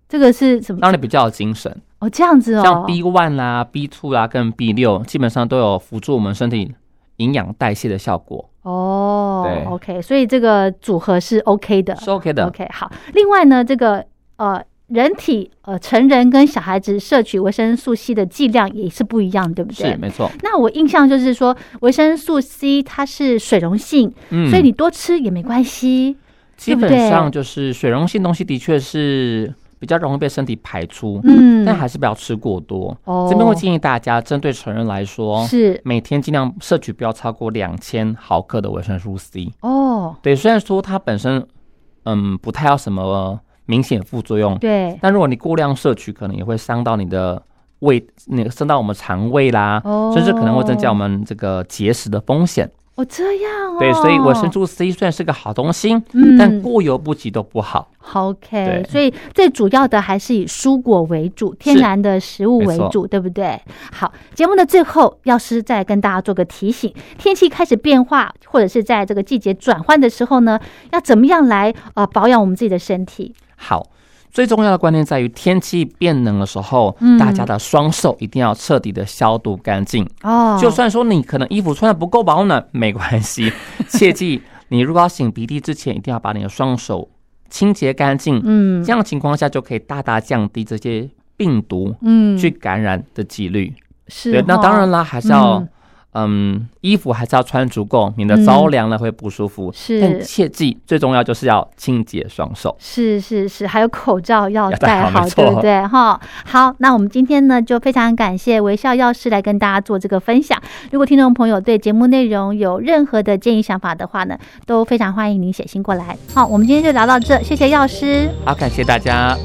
S2: 这个是什么？
S3: 嗯让你比较有精神，
S2: 哦，这样子哦，
S3: 像 B one 啦、B two 啦跟 B 六，基本上都有辅助我们身体营养代谢的效果，
S2: 哦
S3: 对
S2: ，OK，所以这个组合是 OK 的
S3: 是 OK 的。
S2: OK，好。另外呢，这个呃，人体呃成人跟小孩子摄取维生素 C 的剂量也是不一样，对不对？
S3: 是没错，
S2: 那我印象就是说，维生素 C 它是水溶性，
S3: 嗯，
S2: 所以你多吃也没关系。
S3: 基
S2: 对不对
S3: 本上就是水溶性东西的确是比较容易被身体排出，
S2: 嗯，
S3: 但还是不要吃过多。
S2: 哦
S3: 这边会建议大家，针对成人来说，
S2: 是
S3: 每天尽量摄取不要超过两千毫克的维生素 C。
S2: 哦，
S3: 对，虽然说它本身嗯不太有什么明显副作用，
S2: 对
S3: 但如果你过量摄取，可能也会伤到你的胃，那伤到我们肠胃啦，
S2: 哦
S3: 甚至可能会增加我们这个结石的风险。
S2: 哦，哦，这样哦。
S3: 对，所以维生素 C 虽然是个好东西，
S2: 嗯
S3: 但过犹不及都不好。
S2: OK，
S3: 对
S2: 所以最主要的还是以蔬果为主，天然的食物为
S3: 没
S2: 主，
S3: 错
S2: 对不对？好，节目的最后，药师再来跟大家做个提醒：天气开始变化，或者是在这个季节转换的时候呢，要怎么样来呃保养我们自己的身体？
S3: 好，最重要的观念在于天气变冷的时候，
S2: 嗯
S3: 大家的双手一定要彻底的消毒干净。
S2: 哦，
S3: 就算说你可能衣服穿的不够保暖，没 关系，切记你如果要擤鼻涕之前，一定要把你的双手清洁干净。
S2: 嗯
S3: 这样的情况下就可以大大降低这些病毒
S2: 嗯
S3: 去感染的几率。
S2: 是
S3: 对，那
S2: 哦
S3: 当然啦，还是要
S2: 嗯
S3: 嗯衣服还是要穿足够，免得着凉了会不舒服。
S2: 是
S3: 但切记最重要就是要清洁双手。
S2: 是是是，还有口罩要
S3: 要戴
S2: 戴
S3: 好
S2: 好，
S3: 没
S2: 对不
S3: 错
S2: 对？哈，好，那我们今天呢就非常感谢微笑药师来跟大家做这个分享。如果听众朋友对节目内容有任何的建议想法的话呢，都非常欢迎您写信过来。好，我们今天就聊到这，谢谢药师。
S3: 好，感谢大家，